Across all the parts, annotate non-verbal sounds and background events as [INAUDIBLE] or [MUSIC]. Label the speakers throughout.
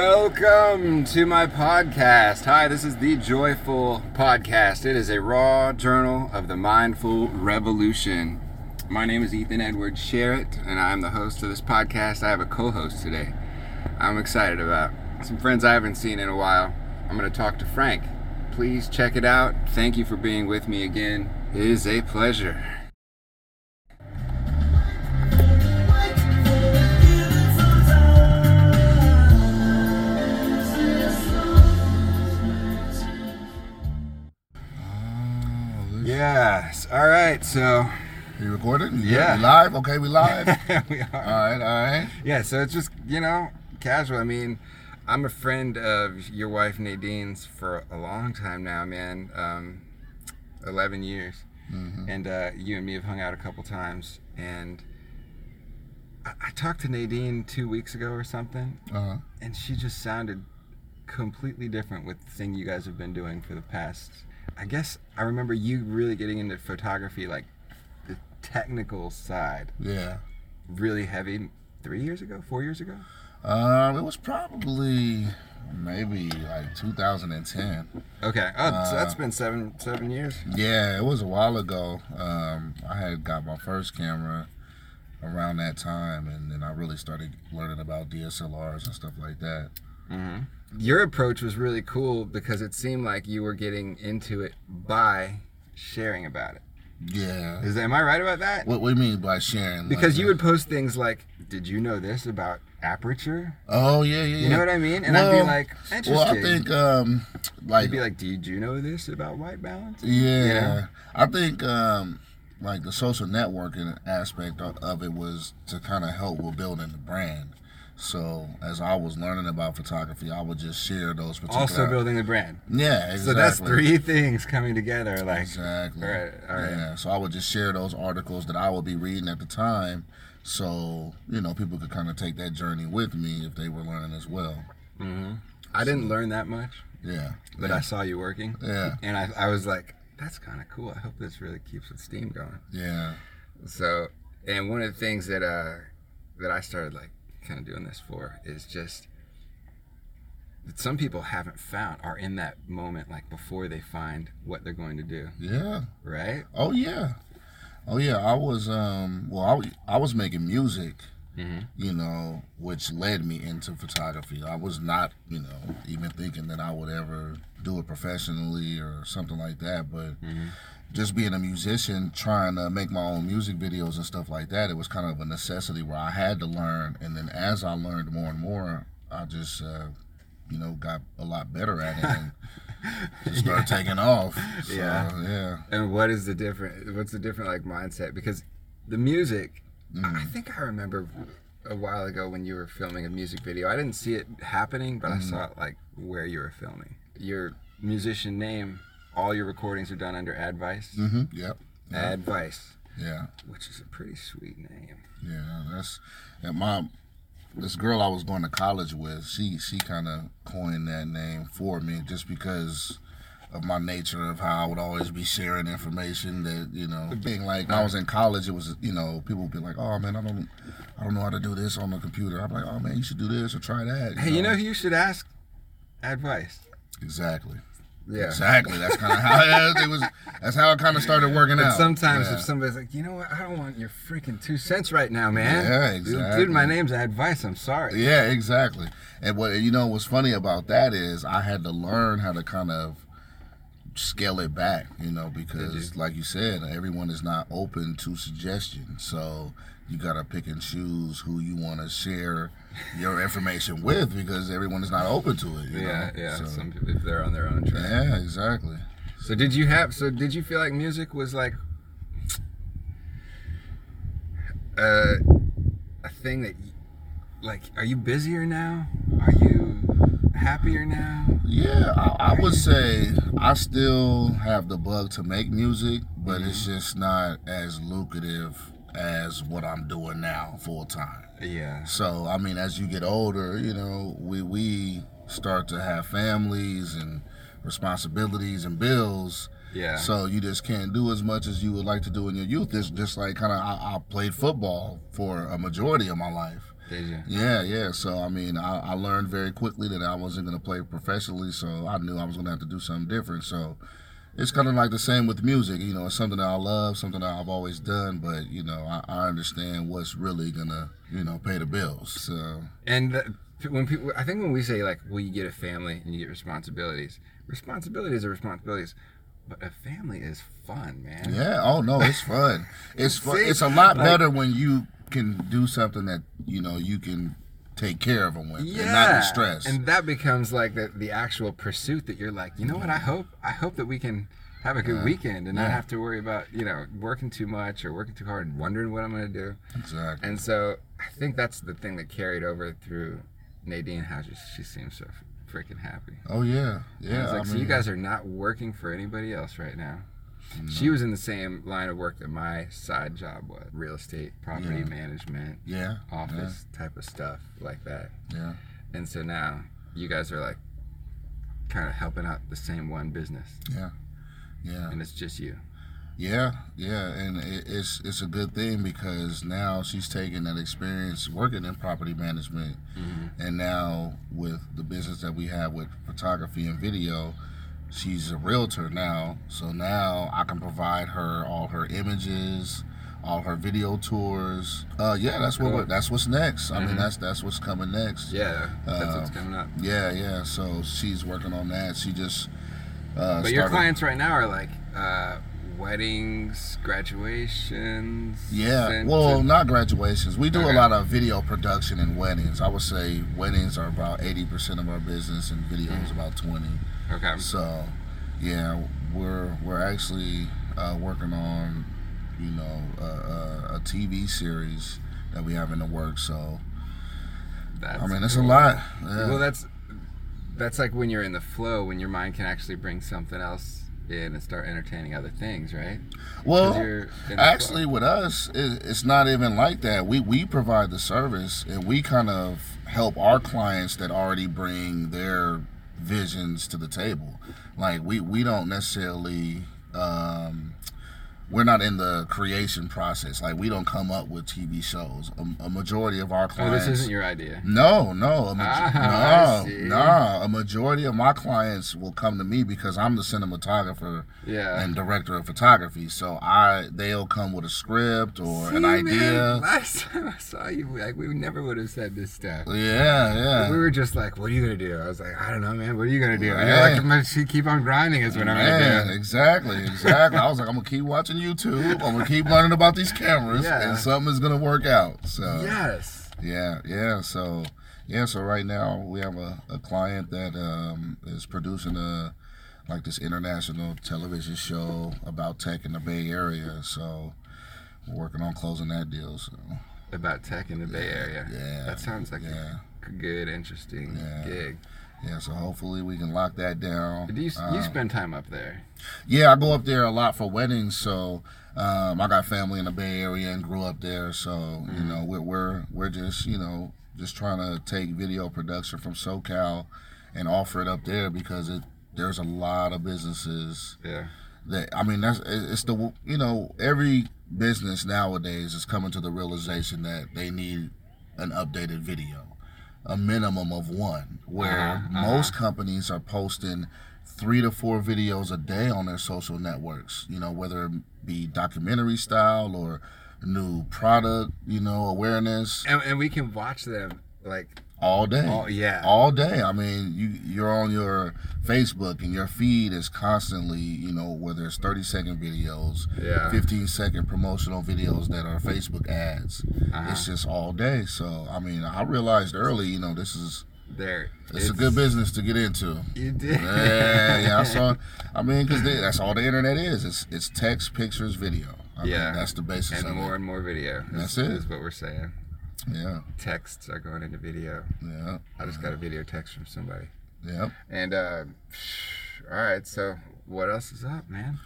Speaker 1: Welcome to my podcast. Hi, this is the Joyful Podcast. It is a raw journal of the mindful revolution. My name is Ethan Edward Sherritt, and I'm the host of this podcast. I have a co host today. I'm excited about some friends I haven't seen in a while. I'm going to talk to Frank. Please check it out. Thank you for being with me again. It is a pleasure. Yes. All right. So,
Speaker 2: Oh,
Speaker 1: [LAUGHS]
Speaker 2: You recorded? You
Speaker 1: Yeah.
Speaker 2: You live? Okay,
Speaker 1: [LAUGHS]
Speaker 2: we live. all
Speaker 1: we are.
Speaker 2: right, all right.
Speaker 1: Yeah, so it's just, you know, casual. I mean, I'm a friend of your wife Nadine's for a long time now, man. Um, 11 years. And uh, you and me have hung out a couple times. And I-, I talked to Nadine two weeks ago or something,
Speaker 2: Uh-huh.
Speaker 1: and she just sounded completely different with the thing you guys have been doing for the past. I guess I remember you really getting into photography, like the technical side,
Speaker 2: Yeah.
Speaker 1: really heavy three years ago, four years ago?
Speaker 2: Um, it was probably maybe like 2010.
Speaker 1: Okay. Oh, so
Speaker 2: Uh,
Speaker 1: that's been seven seven years.
Speaker 2: Yeah, it was a while ago. Um, I had got my first camera around that time, and then I really started learning about DSLRs and stuff like that. mm-hmm.
Speaker 1: Your approach was really cool because it seemed like you were getting into it by sharing about it.
Speaker 2: Yeah.
Speaker 1: Is am I right about that?
Speaker 2: What, what do you mean by sharing?
Speaker 1: Because
Speaker 2: Like,
Speaker 1: you would post things like, "Did you know this about aperture?"
Speaker 2: Oh, yeah, yeah, yeah.
Speaker 1: You know what I mean? And I'd be like, "Interesting."
Speaker 2: Well, I think, um, like,
Speaker 1: I'd be like, "Did you know this about white balance?"
Speaker 2: Yeah,
Speaker 1: know?
Speaker 2: I think um, like the social networking aspect of- of it was to kind of help with building the brand. So as I was learning about photography, I would just share those particular.
Speaker 1: Also building the brand.
Speaker 2: yeah, exactly.
Speaker 1: So that's three things coming together. Like,
Speaker 2: Exactly.
Speaker 1: All right, all right.
Speaker 2: Yeah. So I would just share those articles that I would be reading at the time, so you know people could kind of take that journey with me if they were learning as well.
Speaker 1: I didn't learn that much,
Speaker 2: Yeah.
Speaker 1: but I saw you working.
Speaker 2: Yeah.
Speaker 1: And I, I was like, "That's kind of cool. I hope this really keeps the steam going."
Speaker 2: Yeah.
Speaker 1: So, and one of the things that uh that I started like kind of doing this for is just that some people haven't found are in that moment like before they find what they're going to do,
Speaker 2: Yeah.
Speaker 1: right?
Speaker 2: Oh yeah, oh yeah. I was um well, I, w- I was making music, you know, which led me into photography. I was not you know even thinking that I would ever do it professionally or something like that, but. Just being a musician, trying to make my own music videos and stuff like that, it was kind of a necessity where I had to learn. And then as I learned more and more, I just, uh, you know, got a lot better at it and just started taking off. So,
Speaker 1: Yeah.
Speaker 2: yeah.
Speaker 1: And what is the different what's the different like mindset because the music I I
Speaker 2: Mm.
Speaker 1: think I remember a while ago when you were filming a music video. I didn't see it happening, but I
Speaker 2: Mm-hmm.
Speaker 1: saw it like where you were filming. Your musician name, all your recordings are done under Advice.
Speaker 2: hmm Yep.
Speaker 1: Advice.
Speaker 2: Yeah,
Speaker 1: which is a pretty sweet name.
Speaker 2: yeah. That's and my this girl I was going to college with. She she kind of coined that name for me just because of my nature of how I would always be sharing information that you know being like when I was in college it was you know people would be like oh man I don't I don't know how to do this on the computer I'm like oh man you should do this or try that
Speaker 1: Hey, you know who you should ask advice?
Speaker 2: exactly
Speaker 1: Yeah.
Speaker 2: exactly that's kind of how [LAUGHS] yeah, it was that's how it kind of started working
Speaker 1: But
Speaker 2: out
Speaker 1: sometimes
Speaker 2: Yeah.
Speaker 1: if somebody's like, you know what, I don't want your freaking two cents right now, man.
Speaker 2: Yeah,
Speaker 1: Dude,
Speaker 2: exactly.
Speaker 1: Dude, my name's advice. I'm sorry.
Speaker 2: Yeah, exactly. And what you know what's funny about that is I had to learn how to kind of scale it back, you know, because like you said, everyone is not open to suggestions. So you gotta pick and choose who you wanna share your information with because everyone is not open to it. you
Speaker 1: Yeah,
Speaker 2: know?
Speaker 1: yeah.
Speaker 2: So-
Speaker 1: Some people, if they're on their own track.
Speaker 2: yeah, exactly.
Speaker 1: So did you have? So did you feel like music was like uh, a thing that, y- like, are you busier now? Are you happier now?
Speaker 2: Yeah, I, I would say I still have the bug to make music, but it's just not as lucrative as what I'm doing now full time.
Speaker 1: Yeah.
Speaker 2: So I mean, as you get older, you know, we we start to have families and responsibilities and bills.
Speaker 1: Yeah.
Speaker 2: So you just can't do as much as you would like to do in your youth. It's just like kind of I, I played football for a majority of my life.
Speaker 1: Did you?
Speaker 2: Yeah, yeah. So I mean, I, I learned very quickly that I wasn't going to play professionally, so I knew I was going to have to do something different. So it's kind of like the same with music. You know, it's something that I love, something that I've always done, but you know, I, I understand what's really going to you know pay the bills. So
Speaker 1: And the, when people, I think when we say like, well, you get a family and you get responsibilities. Responsibilities are responsibilities, but a family is fun, man.
Speaker 2: yeah, oh no,
Speaker 1: [LAUGHS]
Speaker 2: it's fun. It's fun.
Speaker 1: See?
Speaker 2: It's a lot
Speaker 1: Like-
Speaker 2: better when you can do something that you know you can take care of them with,
Speaker 1: Yeah,
Speaker 2: and not be stressed.
Speaker 1: and that becomes like the, the actual pursuit that you're like, you know what? I hope I hope that we can have a good weekend and not
Speaker 2: Yeah.
Speaker 1: have to worry about you know working too much or working too hard and wondering what I'm gonna do.
Speaker 2: exactly.
Speaker 1: And so I think that's the thing that carried over through Nadine. How just she seems so freaking happy.
Speaker 2: Oh yeah, yeah.
Speaker 1: I was like,
Speaker 2: I
Speaker 1: so you
Speaker 2: mean- Mm-hmm.
Speaker 1: guys are not working for anybody else right now. She was in the same line of work that my side job was real estate, property
Speaker 2: Yeah.
Speaker 1: management,
Speaker 2: Yeah.
Speaker 1: office type of stuff like that.
Speaker 2: Yeah.
Speaker 1: And so now you guys are like kind of helping out the same one business,
Speaker 2: Yeah. Yeah.
Speaker 1: and it's just you.
Speaker 2: Yeah. Yeah. And it, it's it's a good thing because now she's taking that experience working in property management, and now with the business that we have with photography and video. She's a realtor now, so now I can provide her all her images, all her video tours. Uh, yeah, that's what
Speaker 1: Cool.
Speaker 2: that's what's next. I mean,
Speaker 1: Mhm.
Speaker 2: that's that's what's coming next.
Speaker 1: Yeah, that's what's
Speaker 2: Um,
Speaker 1: coming up.
Speaker 2: Yeah, yeah. So she's working on that. She just. Uh,
Speaker 1: But your
Speaker 2: started-
Speaker 1: clients right now are like uh, weddings, graduations.
Speaker 2: Yeah.
Speaker 1: and-
Speaker 2: well, not graduations. We do
Speaker 1: Okay.
Speaker 2: a lot of video production and weddings. I would say weddings are about eighty percent of our business, and video
Speaker 1: Mm.
Speaker 2: is about twenty.
Speaker 1: okay.
Speaker 2: So, yeah, we're we're actually uh, working on, you know, a, a, a TV series that we have in the works. So,
Speaker 1: That's
Speaker 2: I mean, it's a
Speaker 1: cool.
Speaker 2: lot. Yeah.
Speaker 1: Well, that's that's like when you're in the flow, when your mind can actually bring something else in and start entertaining other things, right? 'Cause
Speaker 2: well,
Speaker 1: you're in the
Speaker 2: Actually,
Speaker 1: flow.
Speaker 2: with us, it, it's not even like that. We we provide the service, and we kind of help our clients that already bring their visions to the table. Like we we don't necessarily. Um, we're not in the creation process. Like we don't come up with TV shows. A, a majority of our
Speaker 1: oh,
Speaker 2: clients.
Speaker 1: this isn't your idea.
Speaker 2: No, no, a maj-
Speaker 1: Ah, I
Speaker 2: no,
Speaker 1: see.
Speaker 2: no. A majority of my clients will come to me because I'm the cinematographer
Speaker 1: Yeah.
Speaker 2: and director of photography. So I they'll come with a script or
Speaker 1: See,
Speaker 2: an
Speaker 1: man,
Speaker 2: idea.
Speaker 1: last [LAUGHS] time I saw you, like we never would have said this stuff.
Speaker 2: Yeah,
Speaker 1: We
Speaker 2: yeah.
Speaker 1: were just like, "What are you gonna do?" I was like, "I don't know, man. What are you gonna do?" And you're
Speaker 2: Yeah.
Speaker 1: like, "I'm gonna keep- keep on grinding is what I'm
Speaker 2: Man,
Speaker 1: gonna do." [LAUGHS]
Speaker 2: exactly, exactly. I was like, I'm gonna keep watching YouTube. I'm gonna keep learning about these cameras,
Speaker 1: Yeah.
Speaker 2: and something is gonna work out. So
Speaker 1: Yes.
Speaker 2: yeah, yeah. So yeah, so right now we have a, a client that um, is producing a like this international television show about tech in the Bay Area. So we're working on closing that deal. So
Speaker 1: About tech in the Bay Area.
Speaker 2: yeah,
Speaker 1: That sounds like
Speaker 2: yeah.
Speaker 1: a good, interesting
Speaker 2: Yeah.
Speaker 1: gig.
Speaker 2: Yeah, so hopefully we can lock that down.
Speaker 1: Do you, you
Speaker 2: Uh,
Speaker 1: spend time up there?
Speaker 2: yeah, I go up there a lot for weddings, so um, I got family in the Bay Area and grew up there. So you
Speaker 1: Mm-hmm.
Speaker 2: know, we're, we're we're just you know just trying to take video production from SoCal and offer it up there because it there's a lot of businesses
Speaker 1: Yeah.
Speaker 2: that I mean that's it- it's the you know every business nowadays is coming to the realization that they need an updated video, a minimum of one. Where
Speaker 1: Uh-huh, uh-huh.
Speaker 2: most companies are posting three to four videos a day on their social networks. You know whether it be documentary style or new product, you know awareness
Speaker 1: and, and we can watch them like
Speaker 2: all day.
Speaker 1: oh yeah
Speaker 2: all day. I mean, you you're on your Facebook and your feed is constantly, you know, whether it's 30 second videos,
Speaker 1: Yeah.
Speaker 2: 15 second promotional videos that are Facebook ads.
Speaker 1: Uh-huh.
Speaker 2: It's just all day. So, I mean, I realized early, you know, this is
Speaker 1: there
Speaker 2: it's, a good business to get into.
Speaker 1: you did
Speaker 2: Yeah, yeah, I
Speaker 1: [LAUGHS]
Speaker 2: saw. I mean, because that's all the internet is. It's it's text, pictures, video. I mean,
Speaker 1: Yeah.
Speaker 2: that's the basis
Speaker 1: and
Speaker 2: of
Speaker 1: more and more video
Speaker 2: That's
Speaker 1: is,
Speaker 2: it.
Speaker 1: is what we're saying
Speaker 2: it. Yeah,
Speaker 1: texts are going into video
Speaker 2: yeah,
Speaker 1: i just got a
Speaker 2: Uh.
Speaker 1: video text from somebody
Speaker 2: yeah.
Speaker 1: and uh [SIGHS] all right so what else is up man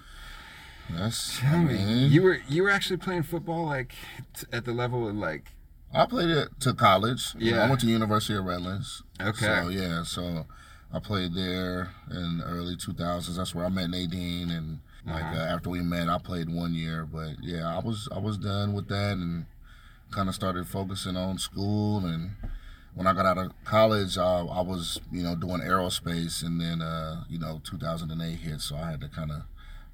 Speaker 2: That's.
Speaker 1: tell
Speaker 2: I
Speaker 1: me
Speaker 2: mean,
Speaker 1: you were you were actually playing football like t- at the level of like
Speaker 2: I played it to college. You know,
Speaker 1: Yeah.
Speaker 2: I went to University of Redlands.
Speaker 1: Okay.
Speaker 2: So yeah, so I played there in the early two thousands. That's where I met Nadine, and like uh,
Speaker 1: Uh-huh.
Speaker 2: after we met, I played one year. But yeah, I was I was done with that, and kind of started focusing on school and when I got out of college, uh, I was you know doing aerospace, and then uh, you know 2008 hit, so I had to kind of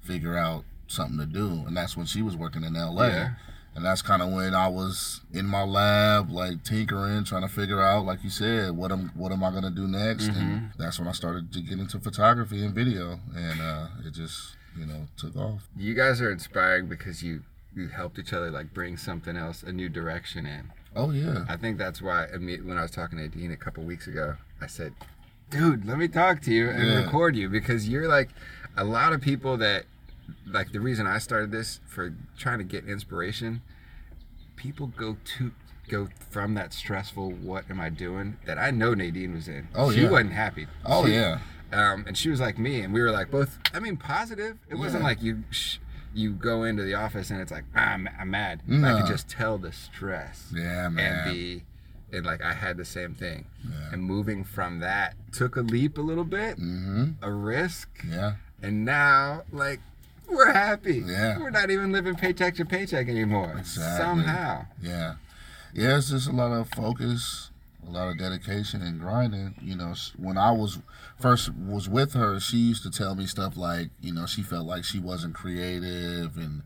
Speaker 2: figure out something to do, and that's when she was working in L.A.
Speaker 1: Yeah.
Speaker 2: And that's kind of when I was in my lab, like tinkering, trying to figure out, like you said, what am what am I gonna do next?
Speaker 1: Mm-hmm.
Speaker 2: And that's when I started to get into photography and video, and uh, it just you know took off.
Speaker 1: You guys are inspiring because you you helped each other like bring something else, a new direction in.
Speaker 2: Oh yeah,
Speaker 1: I think that's why I mean, when I was talking to Dean a couple weeks ago, I said, "Dude, let me talk to you and
Speaker 2: Yeah.
Speaker 1: record you because you're like a lot of people that like the reason I started this for trying to get inspiration. People go to go from that stressful what am I doing that I know Nadine was in.
Speaker 2: Oh,
Speaker 1: she
Speaker 2: yeah.
Speaker 1: wasn't happy.
Speaker 2: oh
Speaker 1: She-
Speaker 2: yeah,
Speaker 1: um, and she was like me, and we were like both. I mean, positive. It wasn't
Speaker 2: Yeah.
Speaker 1: like you sh- you go into the office and it's like ah, I'm I'm mad. I
Speaker 2: Nah.
Speaker 1: could just tell the stress
Speaker 2: yeah,
Speaker 1: and
Speaker 2: man.
Speaker 1: the and like I had the same thing.
Speaker 2: Yeah.
Speaker 1: And moving from that took a leap a little bit,
Speaker 2: Mm-hmm.
Speaker 1: a risk,
Speaker 2: Yeah.
Speaker 1: and now like we're happy.
Speaker 2: Yeah.
Speaker 1: We're not even living paycheck to paycheck anymore.
Speaker 2: Exactly.
Speaker 1: Somehow.
Speaker 2: Yeah, yeah. It's just a lot of focus, a lot of dedication and grinding. You know, s- when I was first was with her, she used to tell me stuff like, you know, she felt like she wasn't creative and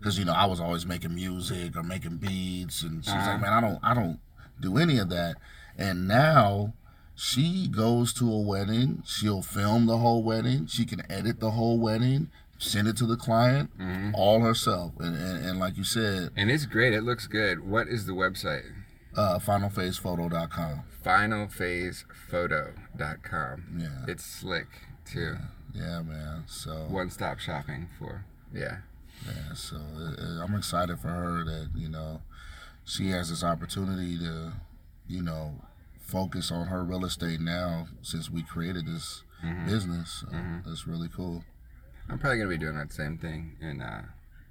Speaker 2: because you know I was always making music or making beats, and she was
Speaker 1: Uh-huh.
Speaker 2: like, man, I don't, I don't do any of that. And now. She goes to a wedding. She'll film the whole wedding. She can edit the whole wedding, send it to the client, all herself. And, and, and like you said,
Speaker 1: And it's great. It looks good. What is the website?
Speaker 2: uh, finalphasephoto.com.
Speaker 1: Finalphasephoto.com.
Speaker 2: Yeah,
Speaker 1: It's slick too.
Speaker 2: yeah, man. So
Speaker 1: One stop shopping for yeah.
Speaker 2: yeah, so uh, uh, I'm excited for her that you know she has this opportunity to you know focus on her real estate now since we created this business. So that's really cool.
Speaker 1: I'm probably gonna be doing that same thing in uh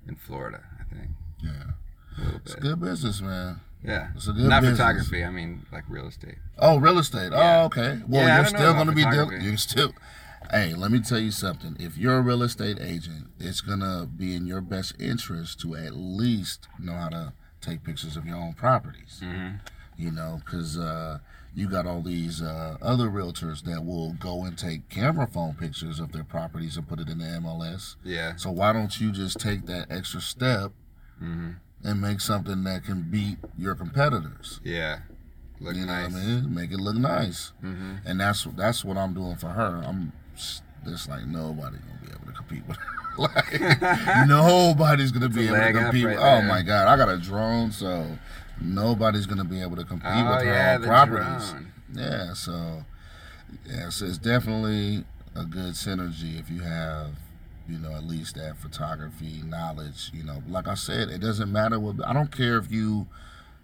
Speaker 1: in Florida, I think.
Speaker 2: Yeah,
Speaker 1: A little
Speaker 2: it's
Speaker 1: bit.
Speaker 2: a good business, man.
Speaker 1: Yeah.
Speaker 2: It's a good
Speaker 1: Not
Speaker 2: business.
Speaker 1: photography. I mean, like real estate.
Speaker 2: Oh, real estate.
Speaker 1: Yeah.
Speaker 2: Oh, okay. Well,
Speaker 1: Yeah, I don't
Speaker 2: you're
Speaker 1: know
Speaker 2: still
Speaker 1: about
Speaker 2: going to be dealing.
Speaker 1: photography.
Speaker 2: You're still. Hey, let me tell you something. If you're a real estate agent, it's gonna be in your best interest to at least know how to take pictures of your own properties.
Speaker 1: Mm-hmm.
Speaker 2: You know, because uh, you got all these uh, other realtors that will go and take camera phone pictures of their properties and put it in the MLS.
Speaker 1: Yeah.
Speaker 2: So why don't you just take that extra step
Speaker 1: Mm-hmm.
Speaker 2: and make something that can beat your competitors?
Speaker 1: Yeah. Look
Speaker 2: You know
Speaker 1: nice. Mm-hmm.
Speaker 2: what I mean? Make it look nice. And that's that's what I'm doing for her. I'm s- just like nobody gonna be able to compete with. her. [LAUGHS]
Speaker 1: [LAUGHS]
Speaker 2: like nobody's gonna be
Speaker 1: a
Speaker 2: able to
Speaker 1: leg up
Speaker 2: compete.
Speaker 1: right
Speaker 2: with, oh
Speaker 1: there.
Speaker 2: my god, I got a drone, so nobody's gonna be able to compete
Speaker 1: Oh
Speaker 2: with her
Speaker 1: yeah,
Speaker 2: on
Speaker 1: the
Speaker 2: properties.
Speaker 1: drone.
Speaker 2: Yeah, so yeah, so it's definitely a good synergy if you have you know at least that photography knowledge. You know, like I said, it doesn't matter what. I don't care if you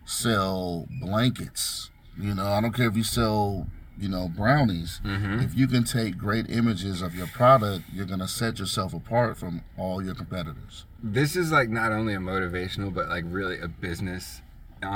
Speaker 2: sell blankets. You know, I don't care if you sell you know brownies. If you can take great images of your product, you're gonna set yourself apart from all your competitors.
Speaker 1: This is like not only a motivational, but like really a business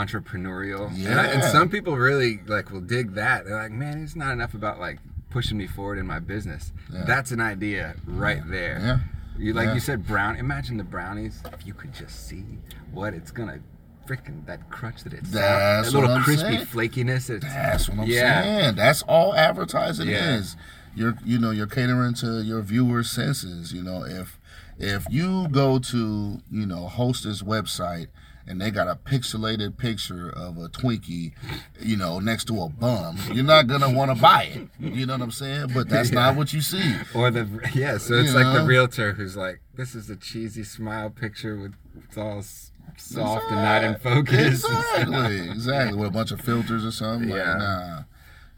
Speaker 1: entrepreneurial. And, I, and
Speaker 2: Yeah.
Speaker 1: some people really like will dig that. They're like, man, it's not enough about like pushing me forward in my business.
Speaker 2: Yeah.
Speaker 1: That's an idea right there.
Speaker 2: Yeah,
Speaker 1: You like
Speaker 2: Yeah.
Speaker 1: you said brown. Imagine the brownies. If you could just see what it's gonna freaking that crunch that it's
Speaker 2: That's
Speaker 1: that little
Speaker 2: what I'm
Speaker 1: crispy
Speaker 2: saying.
Speaker 1: flakiness. It's,
Speaker 2: that's what I'm
Speaker 1: Yeah.
Speaker 2: saying. That's all advertising
Speaker 1: Yeah.
Speaker 2: is. You're you know you're catering to your viewers' senses. You know if if you go to you know Hostess website and they got a pixelated picture of a Twinkie, you know next to a bum, you're not gonna want to buy it. You know what I'm saying? But that's not what you see.
Speaker 1: Or the [LAUGHS] yeah, so it's
Speaker 2: You
Speaker 1: like the
Speaker 2: know?
Speaker 1: realtor who's like, "This is a cheesy smile picture with it's all s- soft and not in focus." and stuff."
Speaker 2: Exactly, exactly. With a bunch of filters or something.
Speaker 1: Yeah.
Speaker 2: Like, nah.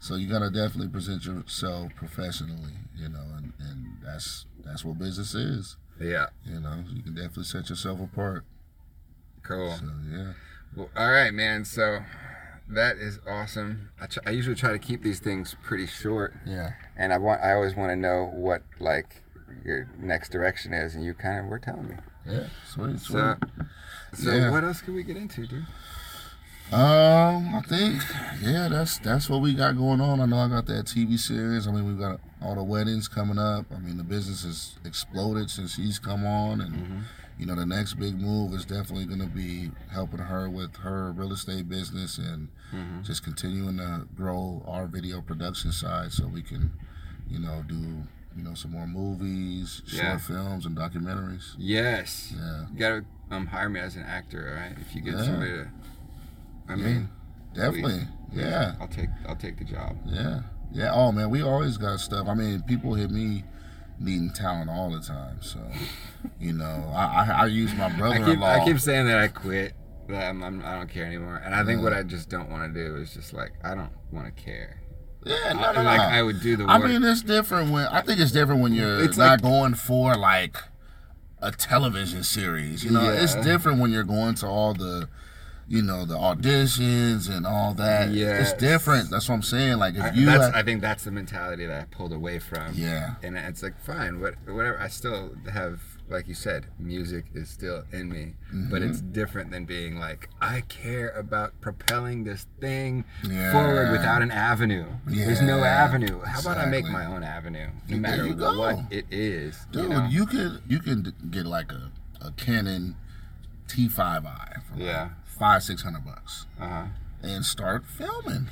Speaker 2: So you gotta definitely present yourself professionally, you know, and, and that's that's what business is.
Speaker 1: [LAUGHS] Yeah,
Speaker 2: You know, you can definitely set yourself apart.
Speaker 1: cool.
Speaker 2: So yeah.
Speaker 1: Well, all right, man. So that is awesome. I, tr- I usually try to keep these things pretty short,
Speaker 2: Yeah.
Speaker 1: and I want I always want to know what like your next direction is, and you kind of were telling me.
Speaker 2: Yeah. Sweet, sweet.
Speaker 1: So, so
Speaker 2: Yeah.
Speaker 1: what else can we get into, dude?
Speaker 2: Um, I think yeah, that's that's what we got going on. I know I got that TV series. I mean, we've got all the weddings coming up. I mean, the business has exploded since he's come on, and you know, the next big move is definitely going to be helping her with her real estate business and
Speaker 1: Mm-hmm.
Speaker 2: just continuing to grow our video production side so we can, you know, do, you know, some more movies,
Speaker 1: Yeah.
Speaker 2: short films, and documentaries.
Speaker 1: Yes.
Speaker 2: Yeah.
Speaker 1: You gotta um, hire me as an actor, all right? If you get
Speaker 2: Yeah.
Speaker 1: somebody to, I mean,
Speaker 2: Definitely. Yeah.
Speaker 1: I'll take I'll take the job.
Speaker 2: Yeah. Yeah. Oh man, we always got stuff. I mean, people hit me needing talent all the time. So, you know, I I, I use my
Speaker 1: I
Speaker 2: brother in
Speaker 1: keep
Speaker 2: law.
Speaker 1: I keep saying that I quit. That I'm, I'm I don't care anymore. And I think what I just don't want to do is just like I don't want to care.
Speaker 2: Yeah, no,
Speaker 1: I,
Speaker 2: no, no.
Speaker 1: like I would do the
Speaker 2: I
Speaker 1: work.
Speaker 2: mean, it's different when I think it's different when you're
Speaker 1: It's like-
Speaker 2: not going for like a television series. You know, it's
Speaker 1: Yeah.
Speaker 2: different when you're going to all the, you know, the auditions and all that.
Speaker 1: Yes.
Speaker 2: it's different. That's what I'm saying. Like if
Speaker 1: I,
Speaker 2: you,
Speaker 1: that's,
Speaker 2: had-
Speaker 1: I think that's the mentality that I pulled away from.
Speaker 2: yeah,
Speaker 1: And it's like fine, what whatever. I still have, like you said, music is still in me, but it's
Speaker 2: Mm-hmm.
Speaker 1: different than being like I care about propelling this thing forward
Speaker 2: Yeah.
Speaker 1: without an avenue. There's no
Speaker 2: Yeah,
Speaker 1: avenue. How about I make
Speaker 2: exactly.
Speaker 1: my own avenue, no
Speaker 2: There
Speaker 1: matter
Speaker 2: you go.
Speaker 1: what it is?
Speaker 2: dude,
Speaker 1: you know?
Speaker 2: you could you can d- get like a a Canon T5i for like
Speaker 1: Yeah.
Speaker 2: five six hundred bucks
Speaker 1: uh-huh.
Speaker 2: and start filming.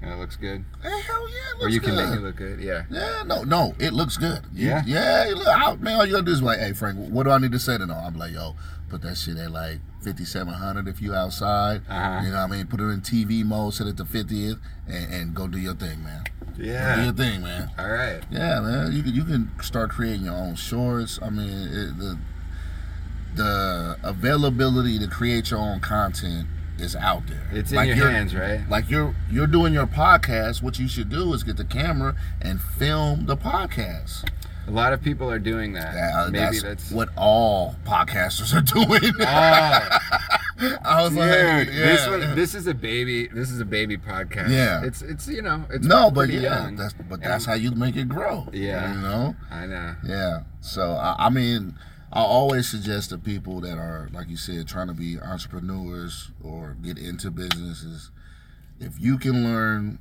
Speaker 1: and it looks good,
Speaker 2: Hey, hell yeah, it
Speaker 1: or
Speaker 2: looks
Speaker 1: you can
Speaker 2: good.
Speaker 1: make it look good. Yeah.
Speaker 2: Yeah, no, no, it looks good. You-
Speaker 1: Yeah?
Speaker 2: yeah. It look, I, man, all you gotta do is like, hey Frank, what do I need to set it on? I'm like, yo, put that shit at like 5700 if you outside.
Speaker 1: Uh-huh.
Speaker 2: You know what I mean? Put it in TV mode, set it to 50th, and, and go do your thing, man. Do
Speaker 1: Yeah.
Speaker 2: your thing, man.
Speaker 1: All right.
Speaker 2: Yeah, man. You can you can start creating your own shorts. I mean, it, the the availability to create your own content is out there.
Speaker 1: It's in
Speaker 2: Like,
Speaker 1: your
Speaker 2: you're-
Speaker 1: hands, right?
Speaker 2: like you're you're doing your podcast what you should do is get the camera and film the podcast
Speaker 1: A lot of people are doing that.
Speaker 2: That- uh,
Speaker 1: Maybe
Speaker 2: that's,
Speaker 1: that's.
Speaker 2: what all podcasters are [LAUGHS] doing
Speaker 1: Ah.
Speaker 2: i was like yeah.
Speaker 1: Dude, this one, this is a baby. This is a baby podcast.
Speaker 2: Yeah.
Speaker 1: it's it's you know it's
Speaker 2: no but yeah
Speaker 1: pretty young.
Speaker 2: that's but
Speaker 1: And
Speaker 2: that's how you make it grow
Speaker 1: Yeah.
Speaker 2: you know
Speaker 1: I know.
Speaker 2: yeah so i, I mean I always suggest to people that are, like you said, trying to be entrepreneurs or get into businesses, if you can learn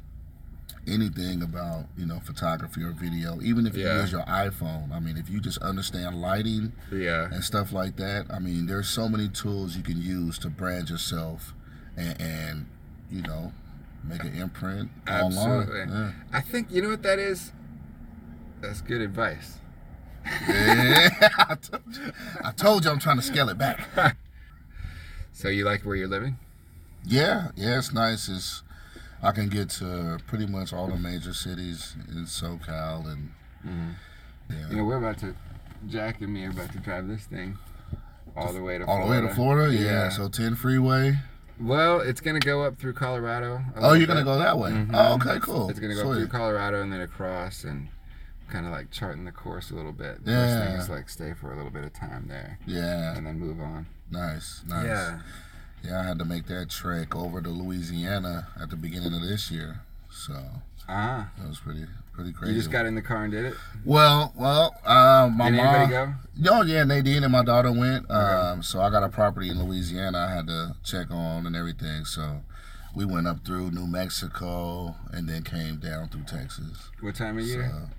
Speaker 2: anything about, you know, photography or video, even if you
Speaker 1: Yeah.
Speaker 2: use your iPhone, I mean, if you just understand lighting
Speaker 1: Yeah,
Speaker 2: and stuff like that, I mean, there's so many tools you can use to brand yourself and, and you know, make an imprint
Speaker 1: absolutely.
Speaker 2: online.
Speaker 1: I think you know what that is. That's good advice.
Speaker 2: Yeah. Yeah. [LAUGHS] I, told you, I told you I'm trying to scale it back.
Speaker 1: So you like where you're living?
Speaker 2: Yeah, yeah, it's nice. It's I can get to pretty much all the major cities in SoCal, and
Speaker 1: Mm-hmm. You
Speaker 2: yeah,
Speaker 1: know we're about to, Jack and me are about to drive this thing, all the way to
Speaker 2: all the way
Speaker 1: Florida.
Speaker 2: to Florida. Yeah, so ten freeway.
Speaker 1: well, it's gonna go up through Colorado. a
Speaker 2: Oh,
Speaker 1: little
Speaker 2: you're gonna
Speaker 1: bit.
Speaker 2: go that way.
Speaker 1: Mhm.
Speaker 2: Oh, okay, cool.
Speaker 1: It's gonna go
Speaker 2: Sweet.
Speaker 1: through Colorado and then across and. Kind of like charting the course a little bit. The First thing
Speaker 2: Yeah.
Speaker 1: is like stay for a little bit of time there
Speaker 2: Yeah,
Speaker 1: and then move on.
Speaker 2: nice, nice.
Speaker 1: Yeah.
Speaker 2: Yeah, I had to make that trek over to Louisiana at the beginning of this year, so
Speaker 1: Ah.
Speaker 2: that was pretty pretty crazy.
Speaker 1: You just got in the car and did it.
Speaker 2: well, well, uh, my
Speaker 1: Did
Speaker 2: mom.
Speaker 1: anybody go?
Speaker 2: No, Oh, yeah, Nadine and my daughter went. Um, so I got a property in Louisiana. I had to check on and everything. So we went up through New Mexico and then came down through Texas.
Speaker 1: What time of year?
Speaker 2: So,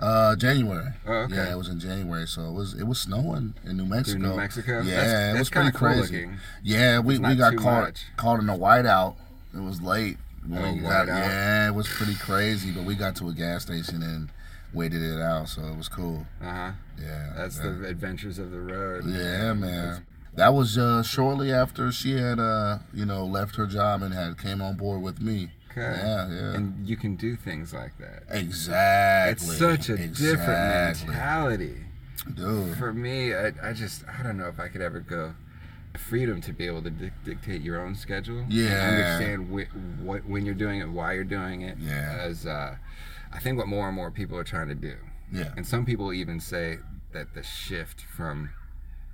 Speaker 2: uh, January.
Speaker 1: oh, okay.
Speaker 2: Yeah, it was in January. So it was it was snowing in New
Speaker 1: Through
Speaker 2: Mexico.
Speaker 1: New Mexico.
Speaker 2: Yeah,
Speaker 1: that's,
Speaker 2: it
Speaker 1: that's
Speaker 2: was pretty
Speaker 1: kinda cool
Speaker 2: crazy.
Speaker 1: looking.
Speaker 2: Yeah, we, we
Speaker 1: not
Speaker 2: got
Speaker 1: too
Speaker 2: caught
Speaker 1: much.
Speaker 2: caught in a whiteout. It was late. When
Speaker 1: Oh,
Speaker 2: we got-
Speaker 1: whiteout.
Speaker 2: Yeah, it was pretty crazy. But we got to a gas station and waited it out. So it was cool.
Speaker 1: Uh huh.
Speaker 2: Yeah,
Speaker 1: That's
Speaker 2: yeah.
Speaker 1: the adventures of the road.
Speaker 2: Yeah, man. That was uh, shortly after she had, uh, you know, left her job and had came on board with me.
Speaker 1: Okay.
Speaker 2: Yeah, yeah.
Speaker 1: And you can do things like that. It's
Speaker 2: exactly.
Speaker 1: such a different
Speaker 2: Exactly.
Speaker 1: mentality.
Speaker 2: Dude.
Speaker 1: For me, I, I just I don't know if I could ever go. Freedom to be able to dic- dictate your own schedule. and
Speaker 2: Yeah.
Speaker 1: understand wh- what when you're doing it, why you're doing it.
Speaker 2: Yeah.
Speaker 1: As uh, I think what more and more people are trying to do.
Speaker 2: Yeah.
Speaker 1: And some people even say that the shift from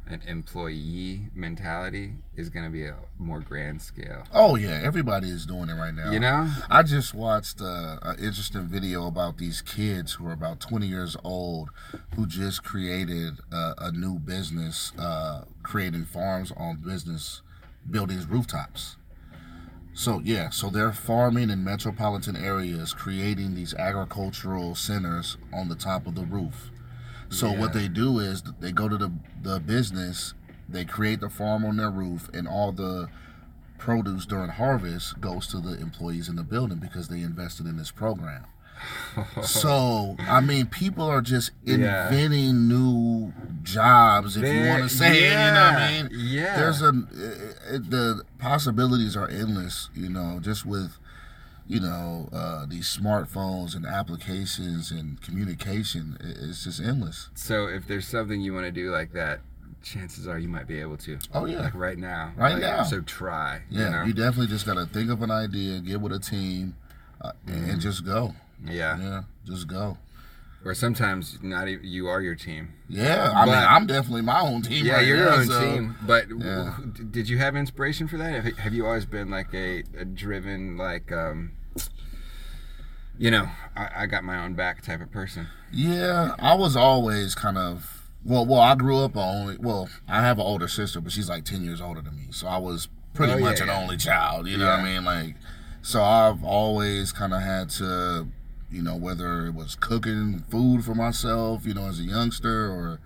Speaker 1: an employee mentality is going to be a more grand scale.
Speaker 2: Oh yeah, everybody is doing it right now.
Speaker 1: You know?
Speaker 2: I just watched uh, an interesting video about these kids who are about 20 years old who just created uh, a new business, uh, creating farms on business buildings rooftops. So yeah, so they're farming in metropolitan areas, creating these agricultural centers on the top of the roof. So what
Speaker 1: Yeah.
Speaker 2: they do is they go to the the business, They create the farm on their roof, and all the produce during harvest goes to the employees in the building because they invested in
Speaker 1: [LAUGHS]
Speaker 2: this program. so I mean, people are just
Speaker 1: Yeah.
Speaker 2: inventing new jobs, if you
Speaker 1: There-
Speaker 2: want to say it. You know what I
Speaker 1: yeah,
Speaker 2: mean?
Speaker 1: yeah.
Speaker 2: There's a it, it, the possibilities are endless. You know, just with you know uh, these smartphones and applications and communication, i it's just endless.
Speaker 1: So if there's something you want to do like that, chances are you might be able to.
Speaker 2: Oh, yeah.
Speaker 1: Like right now.
Speaker 2: Right
Speaker 1: Like,
Speaker 2: now.
Speaker 1: So try.
Speaker 2: Yeah, you,
Speaker 1: You know?
Speaker 2: definitely just gotta think of an idea, get with a team, uh,
Speaker 1: Mm-hmm.
Speaker 2: and just go.
Speaker 1: Yeah.
Speaker 2: Yeah, just go.
Speaker 1: Or sometimes not even, you are your team.
Speaker 2: Yeah, I mean,
Speaker 1: But-
Speaker 2: I'm definitely my own team.
Speaker 1: Yeah,
Speaker 2: right
Speaker 1: you're your
Speaker 2: now,
Speaker 1: own
Speaker 2: so-
Speaker 1: team. But w-
Speaker 2: Yeah.
Speaker 1: who- d- did you have inspiration for that? Have- Have you always been like a, a driven, like, um, you know, I, I got my own back type of person?
Speaker 2: Yeah, I was always kind of well. Well, I grew up a only. Well, I have an older sister, but she's like ten years older than me, so I was pretty
Speaker 1: Oh, yeah,
Speaker 2: much an
Speaker 1: yeah.
Speaker 2: only child. You know what I
Speaker 1: Yeah.
Speaker 2: mean? Like, so I've always kind of had to, you know, whether it was cooking food for myself, you know, as a youngster, or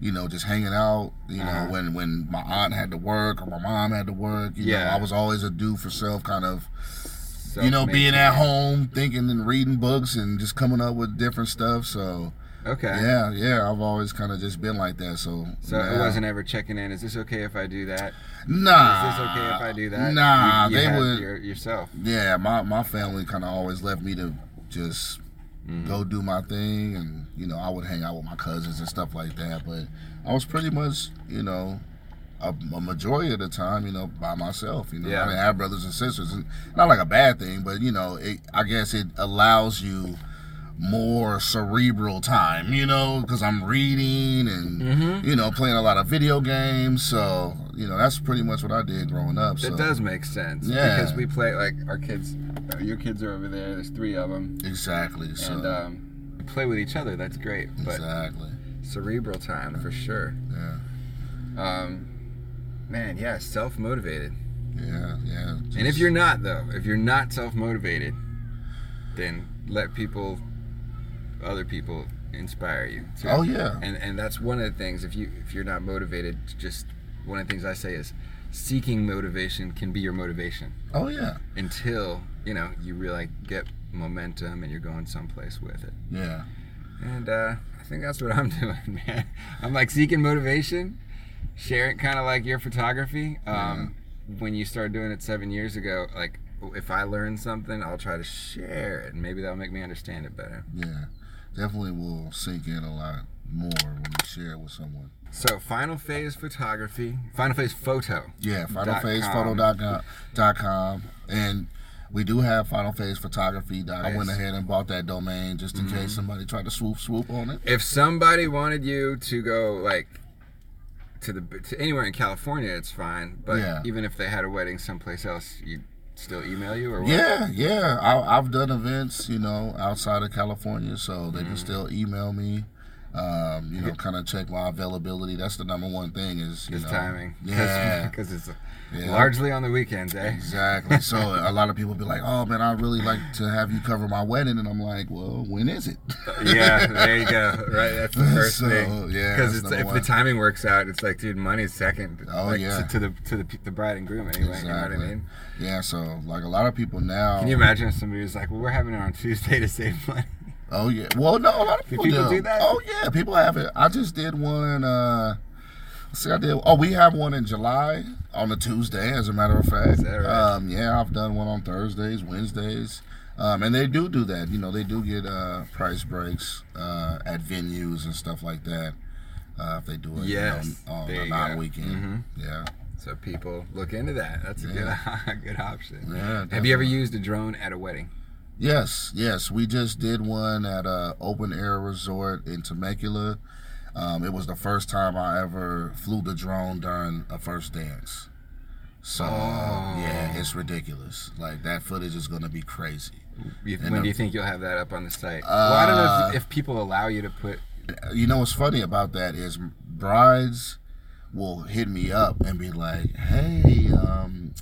Speaker 2: you know, just hanging out. You
Speaker 1: Uh-huh.
Speaker 2: know, when when my aunt had to work or my mom had to work. You
Speaker 1: Yeah.
Speaker 2: know, I was always a do for self kind of
Speaker 1: So
Speaker 2: you know, being at home, thinking and reading books and just coming up with different stuff. So
Speaker 1: Okay.
Speaker 2: yeah, yeah, I've always kind of just been like that. So
Speaker 1: So
Speaker 2: yeah.
Speaker 1: it wasn't ever checking in. Is this okay if I do that?
Speaker 2: Nah.
Speaker 1: Is this okay if I do that?
Speaker 2: Nah,
Speaker 1: You- you
Speaker 2: they
Speaker 1: had
Speaker 2: would.
Speaker 1: your- yourself.
Speaker 2: Yeah, my my family kind of always left me to just
Speaker 1: Mm.
Speaker 2: go do my thing, and you know, I would hang out with my cousins and stuff like that. But I was pretty much, you know. A, a majority of the time, you know, by myself. You know,
Speaker 1: Yeah.
Speaker 2: I didn't have brothers and sisters. And not like a bad thing, but you know, it, I guess it allows you more cerebral time, you know, because I'm reading and
Speaker 1: Mm-hmm.
Speaker 2: you know playing a lot of video games. So you know that's pretty much what I did growing up. So
Speaker 1: That does make sense.
Speaker 2: Yeah.
Speaker 1: Because we play like our kids, uh, your kids are over there. There's three of them,
Speaker 2: exactly. So
Speaker 1: and um, we play with each other. That's great. But
Speaker 2: exactly.
Speaker 1: cerebral time for sure.
Speaker 2: Yeah.
Speaker 1: Um, man, yeah, self motivated.
Speaker 2: Yeah. Yeah.
Speaker 1: And if
Speaker 2: just-
Speaker 1: you're not though, if you're not self motivated, then let people, other people, inspire you. too.
Speaker 2: oh yeah.
Speaker 1: and and that's one of the things if you if you're not motivated just one of the things i say is seeking motivation can be your motivation
Speaker 2: Oh yeah.
Speaker 1: until you know you really get momentum and you're going someplace with it
Speaker 2: Yeah.
Speaker 1: and uh, i think that's what i'm [LAUGHS] doing man i'm like seeking motivation sharing kind of like your photography um, when you started doing it seven years ago like if i learn something i'll try to share it and maybe that'll make me understand it better
Speaker 2: Yeah. Definitely will sink in a lot more when you share it with someone.
Speaker 1: so final phase photography final phase photo
Speaker 2: Yeah,
Speaker 1: Dot com.
Speaker 2: finalphasephoto.com. dot com. And we do have finalphasephotography. dot I went
Speaker 1: Nice.
Speaker 2: ahead and bought that domain just in
Speaker 1: Mm-hmm.
Speaker 2: case somebody tried to swoop swoop on it.
Speaker 1: if somebody wanted you to go like to the to anywhere in California, it's fine. But
Speaker 2: Yeah.
Speaker 1: even if they had a wedding someplace else, you'd still email you or what?
Speaker 2: Yeah, yeah. I, I've done events, you know, outside of California, so they
Speaker 1: Mm-hmm.
Speaker 2: can still email me. Um, you know, kind of check my availability. That's the number one thing is you
Speaker 1: It's
Speaker 2: know,
Speaker 1: timing. [LAUGHS]
Speaker 2: Yeah,
Speaker 1: because it's
Speaker 2: Yeah.
Speaker 1: largely on the weekends, eh?
Speaker 2: Exactly. So a lot of people be like, "Oh man, I'd really like to have you cover my wedding," and I'm like, "Well, when is it?" [LAUGHS]
Speaker 1: yeah, there you go. Right, that's the first
Speaker 2: So,
Speaker 1: thing.
Speaker 2: yeah, that's
Speaker 1: because if
Speaker 2: number
Speaker 1: the
Speaker 2: one.
Speaker 1: timing works out, it's like, dude, money's second.
Speaker 2: Oh,
Speaker 1: like,
Speaker 2: yeah.
Speaker 1: to, to the to the pe- the bride and groom anyway. You know what I
Speaker 2: Exactly. Oh.
Speaker 1: mean?
Speaker 2: yeah. So like a lot of people now.
Speaker 1: Can you imagine if somebody was like, "Well, we're having it on Tuesday to save money." [LAUGHS]
Speaker 2: Oh yeah. Well, no, a lot of people,
Speaker 1: people do that?
Speaker 2: Oh yeah, people have it. I just did one. uh See, I did. Oh, we have one in July on a Tuesday, as a matter of fact.
Speaker 1: that right?
Speaker 2: Um, yeah, I've done one on Thursdays, Wednesdays, um, and they do do that. You know, they do get uh, price breaks uh, at venues and stuff like that. Uh, if they do it,
Speaker 1: Yes.
Speaker 2: you know, on
Speaker 1: There
Speaker 2: a
Speaker 1: you go.
Speaker 2: non-weekend,
Speaker 1: Mhm.
Speaker 2: yeah.
Speaker 1: So people look into that. That's a good a [LAUGHS] good option.
Speaker 2: Yeah,
Speaker 1: Have you ever
Speaker 2: definitely.
Speaker 1: used a drone at a wedding?
Speaker 2: Yes, yes, we just did one at a open air resort in Temecula. Um, it was the first time I ever flew the drone during a first dance. So yeah, it's ridiculous. Like that footage is gonna be crazy.
Speaker 1: You-
Speaker 2: And
Speaker 1: when
Speaker 2: a- Uh,
Speaker 1: do you think you'll have that up on the site? well, I don't know if, if people allow you to put.
Speaker 2: You know what's funny about that is brides will hit me up and be like, "Hey, um,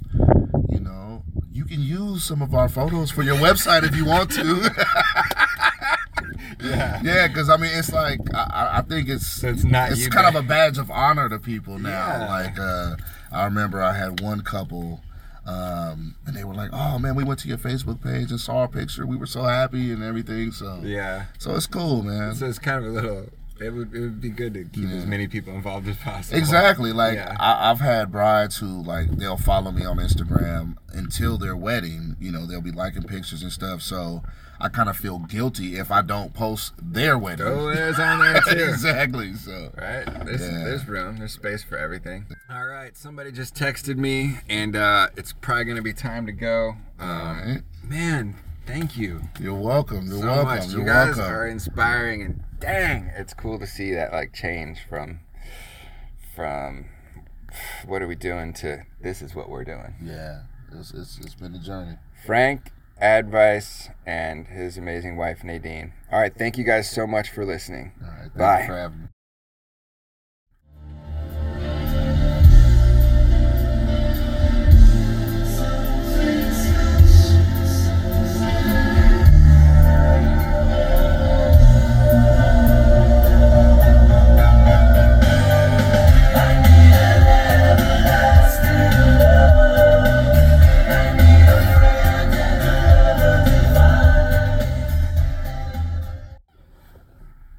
Speaker 2: you know,
Speaker 3: [LAUGHS]
Speaker 2: you can use some of our photos for your website if you want to."
Speaker 1: Yeah.
Speaker 2: yeah, because I mean, it's like I- I, I think it's
Speaker 3: So it's not
Speaker 2: it's
Speaker 3: you,
Speaker 2: kind
Speaker 3: but-
Speaker 2: of a badge of honor to people now.
Speaker 1: Yeah.
Speaker 2: Like uh, I remember I had one couple. Um, and they were like, "Oh man, we went to your Facebook page and saw our picture. We were so happy and everything." So,
Speaker 3: Yeah.
Speaker 2: so it's cool, man.
Speaker 3: So it's kind of a little. It would, it would be good to keep as many people involved as possible.
Speaker 2: Exactly. Like
Speaker 3: Yeah.
Speaker 2: I, I've had brides who like they'll follow me on Instagram until their wedding. You know, they'll be liking pictures and stuff. So I kind of feel guilty if I don't post their wedding.
Speaker 3: Oh, it's on there too.
Speaker 2: [LAUGHS] exactly. So
Speaker 3: Right? There's,
Speaker 2: Yeah.
Speaker 3: there's room. There's space for everything.
Speaker 1: All right, somebody just texted me, and uh, it's probably gonna be time to go.
Speaker 2: all
Speaker 1: Um,
Speaker 2: right.
Speaker 1: man, thank you
Speaker 2: you're welcome. You're
Speaker 1: so
Speaker 2: welcome.
Speaker 1: much. You
Speaker 2: You're
Speaker 1: guys
Speaker 2: welcome.
Speaker 1: are inspiring, and dang, it's cool to see that like change from from what are we doing to this is what we're doing.
Speaker 2: Yeah. It's, it's, it's been a journey.
Speaker 1: Frank Advice and his amazing wife Nadine. All right, thank you guys so much for listening.
Speaker 2: All right. Thank
Speaker 1: Bye.
Speaker 2: you for having me.